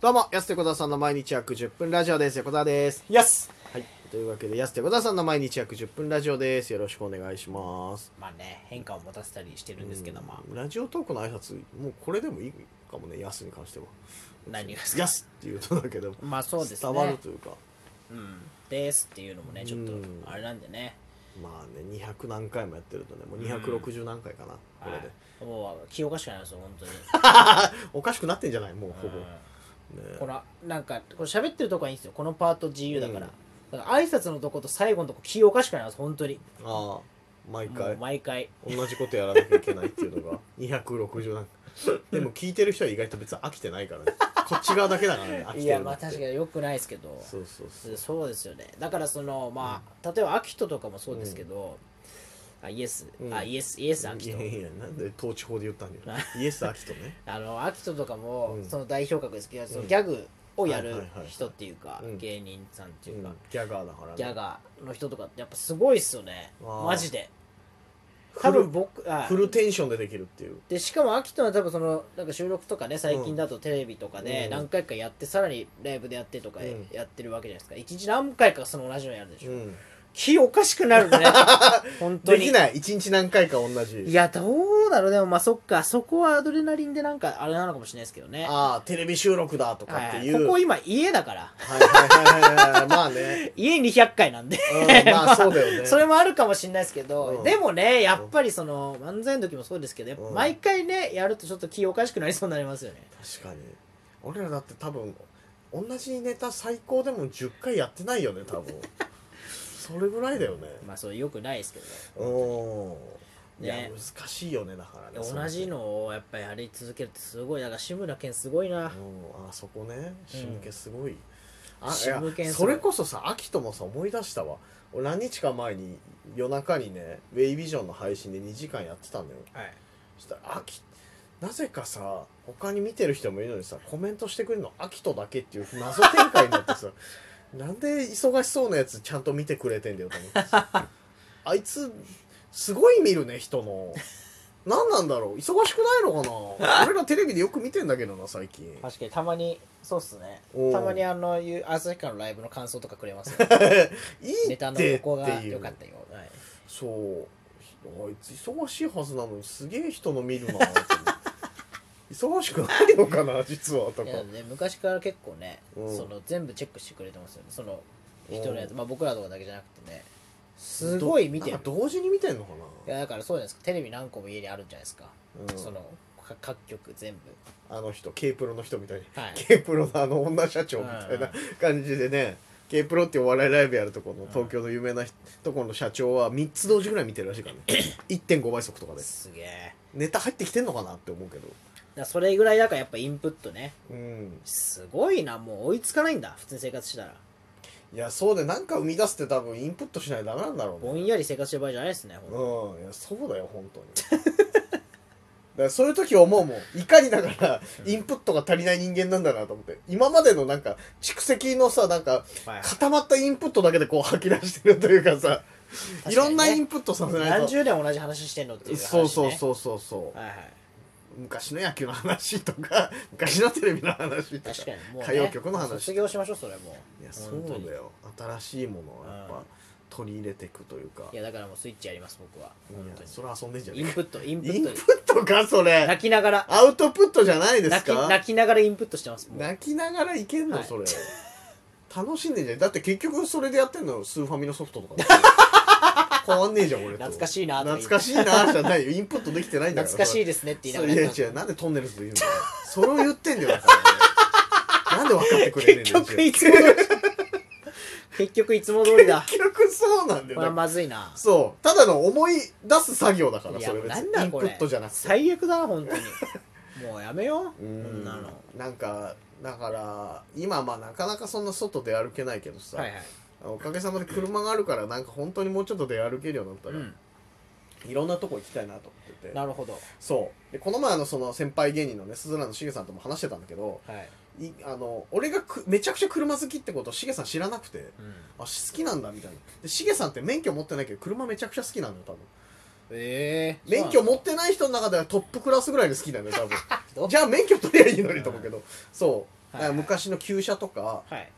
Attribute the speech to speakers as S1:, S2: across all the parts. S1: どうも、安手小沢さんの毎日約10分ラジオです。横澤です。
S2: やす
S1: はい。というわけで、安手小沢さんの毎日約10分ラジオです。よろしくお願いします。
S2: まあね変化を持たせたりしてるんですけどまあ
S1: ラジオトークの挨拶、もうこれでもいいかもね、安に関しては。
S2: 何がですか
S1: 安って言うとだけど、
S2: まあそうですね
S1: 伝わるというか、
S2: うんですっていうのもねちょっと
S1: うん
S2: あれなんでね
S1: まあね、200何回もやってるとね、もう260何回かな、これで。
S2: はいもう気おかしくなりますよ本当に
S1: おかしくなってんじゃないもうほぼ。
S2: うんこらなんかこれ喋ってるとこはいいんですよこのパート自由だからだから挨拶のとこと最後のとこ気おかしくなります本当に
S1: ああ、毎
S2: もう
S1: 回。
S2: 毎回
S1: 同じことやらなきゃいけないっていうのが260なんかでも聞いてる人は意外と別に飽きてないからねこっち側だけだから ね飽きてるのって
S2: いやまあ確かによくないですけど
S1: そうそうそう
S2: そうですよねだからそのまあ例えばアキトとかもそうですけどあイエス
S1: うん
S2: あイエスイエスアキ
S1: い
S2: ト
S1: やいやなんで統治法で言ったんだよイエス・アキトね
S2: あのアキトとかも、
S1: うん
S2: その代表格ですけど、その
S1: うん
S2: ギャグをや
S1: はい
S2: る
S1: はいはいはい
S2: 人っていうか、
S1: うん
S2: 芸人さんっていうか、
S1: ギャガーだからね
S2: ギャガーの人とかってやっぱすごいっすよね
S1: あー
S2: マジで
S1: フ
S2: 多
S1: ル
S2: 分僕あ
S1: フルテンションでできるっていう
S2: でしかもアキトは多分そのなんか収録とかね最近だとテレビとか
S1: う
S2: で
S1: ん
S2: 何回かやって、さらにライブでやってとか
S1: うん
S2: やってるわけじゃないですか、一日何回かその同じのやるでしょ、
S1: うん
S2: 気おかしくなるね 本当
S1: で
S2: に
S1: きない一日何回か同
S2: い
S1: じ
S2: やどうだろうでもまあそっかそこはアドレナリンでなんかあれなのかもしれないですけどね
S1: ああテレビ収録だとかって
S2: はい
S1: い
S2: こ
S1: う
S2: こ
S1: はい
S2: 今家だから
S1: はいはいはいはいまあね
S2: 家200回なんで、
S1: うんまあそうだ よね
S2: それもあるかもしれないですけど、
S1: うん
S2: でもねやっぱりその漫才の時もそうですけどやっぱ
S1: うん
S2: 毎回ねやるとちょっと気おかしくなりそうになりますよね
S1: 確かに俺らだって多分同じネタ最高でも10回やってないよね 多分それぐらいだよね
S2: まあそうよくないですけど
S1: うんいや
S2: ね
S1: 難しいよねだからね
S2: 同じのをやっぱりやり続けるってすごいだから志村けんすごいな
S1: そのうんあそこね神経すごい、あい
S2: 神
S1: や
S2: 経すごい
S1: それこそさ秋ともさ思い出したわ俺何日か前に夜中にねウェイビジョンの配信で2時間やってたんだよ
S2: はい
S1: そしたら秋なぜかさ他に見てる人もいるのにさコメントしてくれるの「アキトだけ」っていう謎展開になってさ なんで忙しそうなやつちゃんと見てくれてんだよと思ってさあいつすごい見るね人の何なんだろう忙しくないのかな俺らテレビでよく見てんだけどな最近
S2: 確かにたまにそうっすね
S1: おー
S2: たまにあのゆ朝日からのライブの感想とかく れますよ
S1: いい
S2: ネ
S1: っ
S2: タの
S1: て
S2: ここ
S1: って
S2: が
S1: い
S2: 良かっ
S1: う
S2: たよ、はい
S1: そうあいつ忙しいはずなのにすげえ人の見るなって忙しくないのかな実はと
S2: い
S1: か
S2: やね、昔から結構ね、
S1: うん
S2: その全部チェックしてくれてますよねその
S1: うん
S2: 人のやつ、まあ、僕らとかだけじゃなくてねすごい見て
S1: な
S2: る
S1: んか同時に見てんのか
S2: いやだからそうじゃないですかテレビ何個も家にあるんじゃないですか、
S1: うん
S2: そのか各局全
S1: なあの人 K プロの人みたいに
S2: 部はい
S1: K プロのあの女社長みたいな感じでね K プロってお笑いライブやるとこの東京の有名なひところの社長は3つ同時ぐらい見てるらしいから ね1.5倍速とかです
S2: げえ
S1: ネタ入ってきてんのかなって思うけど
S2: だからそれぐらいだからやっぱインプットね
S1: うん
S2: すごいなもう追いつかないんだ普通に生活したら
S1: いやそうでなんか生み出すって多分インプットしないとダメなんだろう
S2: ぼん
S1: ね
S2: やり生活してる場合じゃないですね、ほんと
S1: うんいやそうだよ本当に だからそういう時思うもんいかにだからインプットが足りない人間なんだなと思って今までのなんか蓄積のさなんか
S2: はい
S1: 固まったインプットだけでこう吐き出してるというかさ
S2: か
S1: い
S2: にね
S1: ろんなインプットさせない
S2: 何
S1: と
S2: 十年同じ話してんのっていう話、ね、
S1: そうそうそうそうそう
S2: はいはい
S1: 昔の野球の話とか 昔のテレビの話とか
S2: 確かにもう、ね、
S1: 歌謡曲の話
S2: 卒
S1: い
S2: 業しましょうそれもう
S1: やそ
S2: 本
S1: う
S2: 当に
S1: だよ新しいものをやっ
S2: う
S1: ぱ
S2: ん
S1: 取り入れていくというか
S2: いやだからもうスイッチやります僕はい本
S1: や
S2: 当に
S1: それ遊んでんじゃね
S2: イ
S1: え
S2: ン
S1: か
S2: プットインプ
S1: イ
S2: ッ
S1: ン
S2: ト
S1: プ
S2: で
S1: ットかそれ
S2: 泣きながら
S1: アウトプットじゃないです
S2: 泣き
S1: か
S2: 泣きながらインプットしてますもう
S1: 泣きながらいけんの
S2: はい
S1: それ楽しんでんじゃんだって結局それでやってんのスーファミのソフトと かだよ変わんねえじゃん俺と
S2: 懐かしいなとか言って
S1: 懐かしいなじゃないよインプットできてないんだから
S2: 懐かしいですねって言いな
S1: そ
S2: が
S1: れ
S2: ら
S1: いや
S2: やっ
S1: 違
S2: た
S1: うなんでトンネルズと言うんだよそれを言ってんだよだから、ね、なんで分かってくれねえん
S2: 結
S1: だよ
S2: 局いつも通り結局いつも通り だ
S1: 結局そうなんだ
S2: こ
S1: よだ
S2: れは
S1: から
S2: まずいな
S1: そうただの思い出す作業だから
S2: いや
S1: それ
S2: もう
S1: 別
S2: な
S1: に
S2: ん
S1: イ
S2: だ
S1: ンプ
S2: これ
S1: ットじゃなくて
S2: 最悪だ本当にもうやめよう
S1: う
S2: こんなのは
S1: なんかだから今まあなかなかそんな外出歩けないけどさ、
S2: いはい
S1: おかげさまで車があるからなんか本当にもうちょっと出歩けるようになった
S2: う
S1: ら、
S2: ん
S1: いろんなとこ行きたいなと思ってて
S2: なるほど
S1: そうでこの前あのその先輩芸人のね鈴蘭のしげさんとも話してたんだけど
S2: はい
S1: いあの俺がくめちゃくちゃ車好きってことをしげさん知らなくて
S2: うん
S1: あ好きなんだみたいなでしげさんって免許持ってないけど車めちゃくちゃ好きなんだよ多分
S2: ええ
S1: 免許持ってない人の中ではトップクラスぐらいに好きなんだよ多分
S2: ど
S1: じゃあ免許取りゃいいのにと思うけどそうだから
S2: はい
S1: 昔の旧車とか
S2: はい、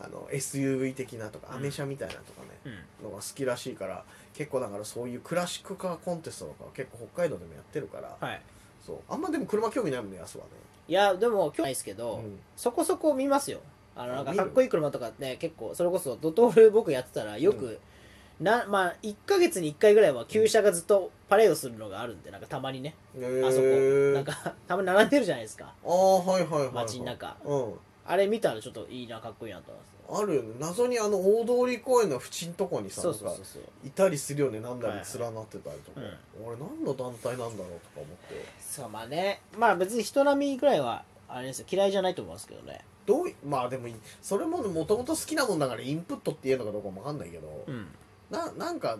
S1: あの SUV 的なとか
S2: うん
S1: アメ車みたいなとかね、
S2: うん、
S1: のが好きらしいから結構だからそういうクラシックカーコンテストとかは結構北海道でもやってるから、
S2: はい
S1: そうあんまでも車興味ないもんね安はい
S2: やでも今日ないですけど、
S1: ね、うん
S2: そこそこ見ますよあのなんか
S1: 見る
S2: かっこいい車とかね結構それこそドトール僕やってたらよく、なまあ1ヶ月に1回ぐらいは旧車がずっとパレードするのがあるんでなんかたまにねあそこ
S1: へー
S2: なんかたまに並んでるじゃないですか
S1: ああはいはいはい、はい、
S2: 街の中
S1: う
S2: あれ見たらちょっといいなかっこいいなと思います
S1: んあるよね謎にあの大通公園の縁んとこにさ
S2: そうそう
S1: なん
S2: そ
S1: か
S2: うそう
S1: いたりするよね何台
S2: は
S1: も
S2: い
S1: 連なってたりとか、
S2: うん
S1: 俺何の団体なんだろうとか思って
S2: そうまあねまあ別に人並みぐらいはあれですよ嫌いじゃないと思いますけどね
S1: どういまあでもいそれももともと好きなもんだからインプットって言えるのかどうかもわかんないけど、
S2: うん
S1: ななんか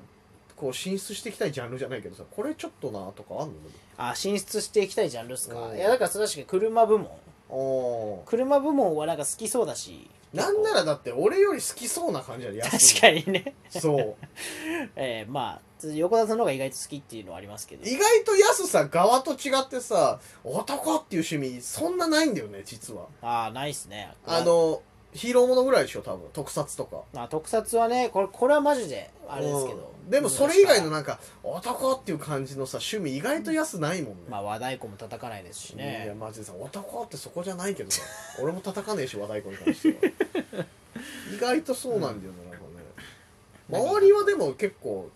S1: こう進出していきたいジャンルじゃないけどさこれちょっとなとかあんの
S2: あ進出していきたいジャンルっすか
S1: うん
S2: いやだからそれ確かに車部門
S1: あ
S2: 車部門はなんか好きそうだし
S1: あなんならだって俺より好きそうな感じやで
S2: 確
S1: か
S2: かにね
S1: にそう
S2: えー、まあ横田さんの方が意外と好きっていうのはありますけど
S1: 意外と安さ側と違ってさ男っていう趣味そんなないんだよね実は
S2: ああないっすね
S1: あのヒーローものぐらいでしょ多分特撮とか
S2: まあ特撮はねこれこれはマジであれですけど、
S1: うんでもそれ以外の
S2: な
S1: なんか男っていう感じのさ趣味意外と安ないもんね、
S2: まあ和太鼓も叩かないですし
S1: いや
S2: ね
S1: マジでさ男ってそこじゃないけどさ 俺も叩かねえし和太鼓に関しては 意外とそうなんだよね、なんかね周りはでも結構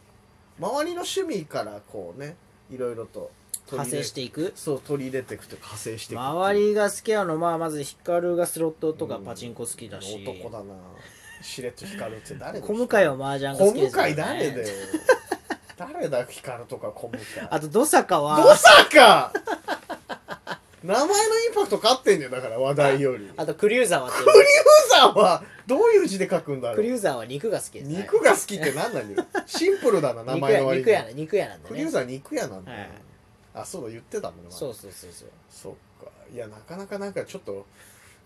S1: 周りの趣味からこうねいろいろと
S2: 派生していく
S1: そう取り入れていくというか派生していくっていう
S2: 周りが好きなのまあまずヒカルがスロットとか
S1: うん
S2: パチンコ好きだし、
S1: 男だなしれっと光るって誰だ
S2: 小向井は麻雀が
S1: 小
S2: 好
S1: 向
S2: きですから
S1: 井誰 だよ誰だ光るとか小向井
S2: あと土坂
S1: ど
S2: は
S1: さか 名前のインパクト勝ってんねんだから話題より
S2: あとクリューザーはっていう
S1: クリューザーはどういう字で書くんだろう
S2: クリューザーは肉が好きです、ね、
S1: 肉が好きって何なんだよシンプルだな名
S2: 肉
S1: 前の
S2: や
S1: 割に
S2: 肉やな肉やなんで
S1: クリュー
S2: ね
S1: ザー肉屋なんだよ、
S2: はい
S1: あそうだ言ってたもんね前
S2: そうそうそうそう
S1: そっかいやなかなかなんかちょっと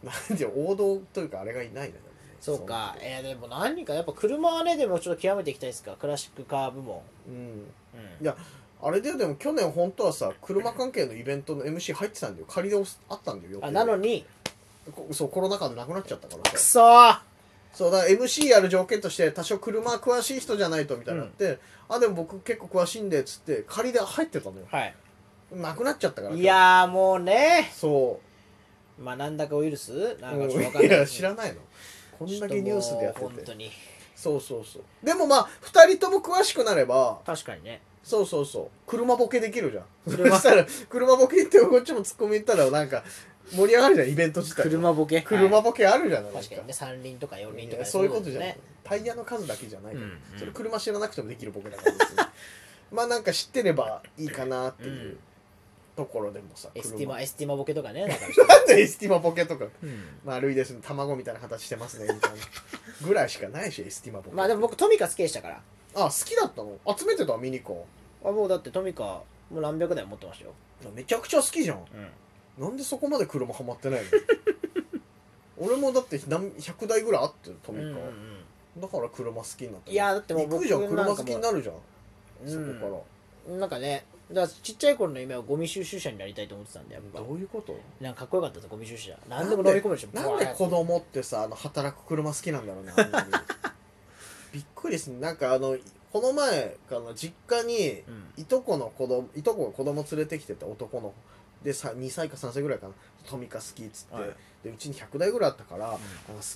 S1: なんていう王道というかあれがいないね
S2: そうか、えー、でも何かやっぱ車はねでもちょっと極めていきたいですかクラシックカー部門、
S1: うん
S2: うん
S1: いやあれだよでも去年本当はさ車関係のイベントの MC 入ってたんだよ仮であったんだよ予定
S2: あなの
S1: に
S2: に
S1: そうコロナ禍でなくなっちゃったから
S2: く
S1: さ
S2: そ
S1: そ
S2: ー
S1: うだから MC やる条件として多少車詳しい人じゃないとみたいになって、あでも僕結構詳しいんでっつって仮で入ってたのよ
S2: はい
S1: なくなっちゃったから
S2: いやーもうね
S1: そ
S2: まあなんだかウイルス
S1: う
S2: なんかちょっとわかん
S1: う
S2: ない
S1: いや知らないのこんだけニュースでやっ
S2: ちょともう
S1: て
S2: 本当
S1: て
S2: に
S1: そうそうそうでもまあ2人とも詳しくなれば
S2: 確かにね
S1: そうそうそう車ボケできるじゃんそ
S2: 車
S1: したら車ボケってこっちもツッコミ言ったらなんか盛り上がるじゃんイベント自体
S2: 車ボケ
S1: 車
S2: はい
S1: ボケあるじゃない
S2: 確かにね三輪とか四輪と
S1: い
S2: か
S1: やそういうことじゃない
S2: ね
S1: タイヤの数だけじゃないから、
S2: うんうん
S1: それ車知らなくてもできるボケだから別に まあなんか知ってればいいかなっていう、
S2: うん
S1: ところでもさ
S2: エスティ
S1: 車
S2: マエスティマボケとかね だから、
S1: なんでエスティマボケとか
S2: うん
S1: 丸いですね卵みたいな形してますねみたいなぐらいしかないしエスティマボケ
S2: まあでも僕トミカ好きでしたから
S1: あ好きだったの集めてたミニカー
S2: あもうだってトミカもう何百台持ってましたよ、
S1: めちゃくちゃ好きじゃん
S2: うん、
S1: なんでそこまで車ハマ ってないの俺もだって何100台ぐらいあってトミカ、
S2: うんうん
S1: だから車好きになった
S2: いやだってもう
S1: 行くじゃん
S2: 僕
S1: 車
S2: なんかもう
S1: 好きになるじゃん、
S2: うん
S1: そこから
S2: うんなんかねだからちっちゃい頃の夢はゴミ収集車になりたいと思ってたんでやっぱ
S1: どういうこと
S2: なんかかっこよかったですゴミ収集車何でも乗り込めるでしょ
S1: なんで
S2: ブワーッ
S1: 子供ってさあの働く車好きなんだ ろうねあんなにびっくりするなんかあのこの前あの実家に
S2: うん
S1: いとこの子供いとこが子供連れてきてて男のでさ2歳か3歳ぐらいかなトミカ好きっつって、
S2: はい
S1: でうちに100台ぐらいあったから、あの好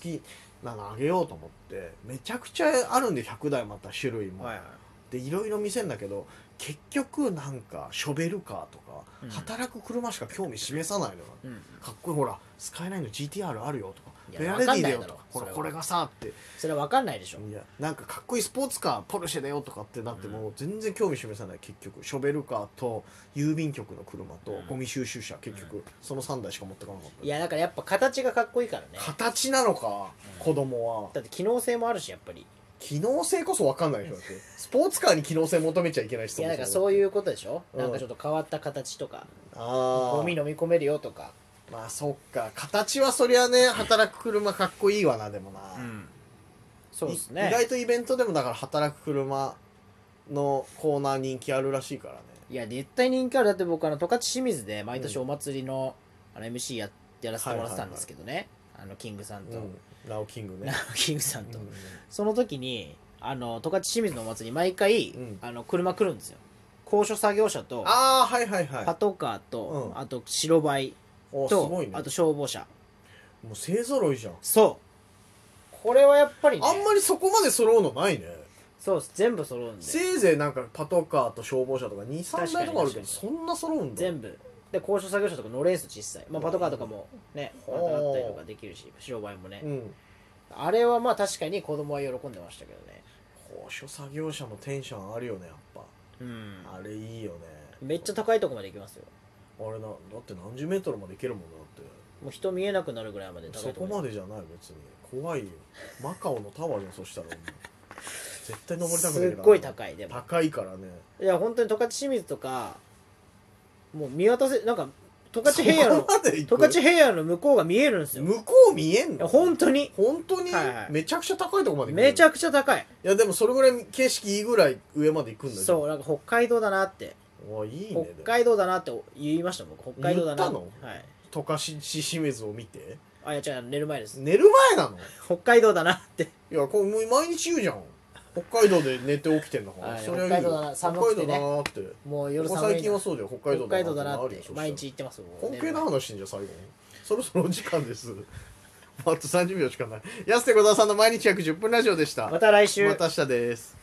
S1: きなのあげようと思ってめちゃくちゃあるんで100台また種類も、
S2: はいはい
S1: でいろいろ見せんだけど結局なんかショベルカーとか、
S2: うん
S1: 働く車しか興味示さないのよ
S2: うん
S1: かっこいいほらスカイラインの GTR あるよとか
S2: いや
S1: フェアレディだよ
S2: わかんないだ
S1: とかほら
S2: ろそれは
S1: これがさって
S2: それは分かんないでしょ
S1: いやなんかかっこいいスポーツカーポルシェだよとかってなってもう全然興味示さない結局ショベルカーと郵便局の車と
S2: うん
S1: ゴミ収集車結局その3台しか持ってかなかった
S2: いやだからやっぱ形がかっこいいからね
S1: 形なのか
S2: うん
S1: 子供は
S2: だって機能性もあるしやっぱり
S1: 機能性こそ分かんないでしょだってスポーツカーに機能性求めちゃいけないし
S2: いやだからそういううことでしょ
S1: うん
S2: なんかちょっと変わった形とか
S1: あ
S2: ゴ
S1: あ
S2: ミ飲み込めるよとか
S1: まあそっか形はそりゃね働く車かっこいいわなでもな、
S2: そうです
S1: い
S2: ね
S1: 意外とイベントでもだから働く車のコーナー人気あるらしいからね
S2: いや絶対人気あるだって僕あの十勝清水で毎年お祭りの,、あの MC ややらせてもらってたんですけどね、あのキングさんと、
S1: うん、ラオキン グ
S2: ラ
S1: ね。
S2: ウキングさんと、
S1: うん
S2: その時にあの十勝清水のお祭り毎回、
S1: うん
S2: あの車来るんですよ高所作業車と
S1: ああ、はいはいは
S2: パ
S1: い。
S2: トカーと、
S1: うん
S2: あと白バイ
S1: おす
S2: と、
S1: ごいね
S2: あ。と消防車
S1: もう勢ぞろいじゃん。
S2: そうこれはやっぱりね
S1: あんまりそこまで揃うのないね。
S2: そうです全部揃うんで
S1: せいぜいなんかパトカーと消防車とか2、3台とかあるけど、
S2: 確
S1: そんな揃うんだ。
S2: 全部で高所作業車とか乗れんすよ実際、まあ、パトカーとかもね
S1: う
S2: ま
S1: ん
S2: たあったりとかできるし白バイもね、
S1: うん。
S2: あれはまあ確かに子供は喜んでましたけどね
S1: 高所作業車のテンションあるよね、やっぱ。
S2: うん
S1: あれいいよね。
S2: めっちゃ高いとこまで行きますよ
S1: あれな、だって何十メートルまで行けるもんなだ
S2: もう人見えなくなるぐらいまで
S1: って。
S2: 高
S1: そ
S2: いと
S1: こ
S2: こ
S1: までじゃない、別に。怖いよ。マカオのタワーじゃん、そしたら。絶対登りたくない
S2: すっごい
S1: い。
S2: 高いでも
S1: 高いからね。
S2: いや本当に十勝清水とかもう見渡せなんか十勝平野
S1: そ
S2: の
S1: こまで行
S2: 十
S1: く
S2: 勝平野の向こうが見えるんですよ
S1: 向こう見えん
S2: いや
S1: の
S2: 本当に
S1: 本当に、
S2: はいはい
S1: めちゃくちゃ高いとこまで行くの
S2: めちゃくちゃ高い
S1: いやでもそれぐらい景色いいぐらい上まで行くんだよ
S2: そうなんか北海道だなって
S1: うおいいねで
S2: 北海道だなって言いました僕北海道だなって
S1: 言った
S2: はい
S1: も溶かし清水を見て
S2: あいや違う寝る前です
S1: 寝る前なの
S2: 北海道だなって
S1: いやこれもう毎日言うじゃん北海道で寝て起きてんだから
S2: はい
S1: それはいいよ
S2: 北海道だな寒く
S1: 北海道
S2: てね
S1: だなって
S2: もう
S1: こ
S2: 夜
S1: こ
S2: 寒
S1: 最
S2: い
S1: 近は
S2: な
S1: そうだよ北海道
S2: 北
S1: だな
S2: 海道だなっ
S1: な
S2: て
S1: るよ
S2: 毎日言ってます僕
S1: 本
S2: 寝
S1: 気
S2: る
S1: な
S2: 前
S1: 話してんじゃん最後にそろそろお時間です あと30秒しかない安手小沢さんの毎日約10分ラジオでした
S2: また来週
S1: また明日です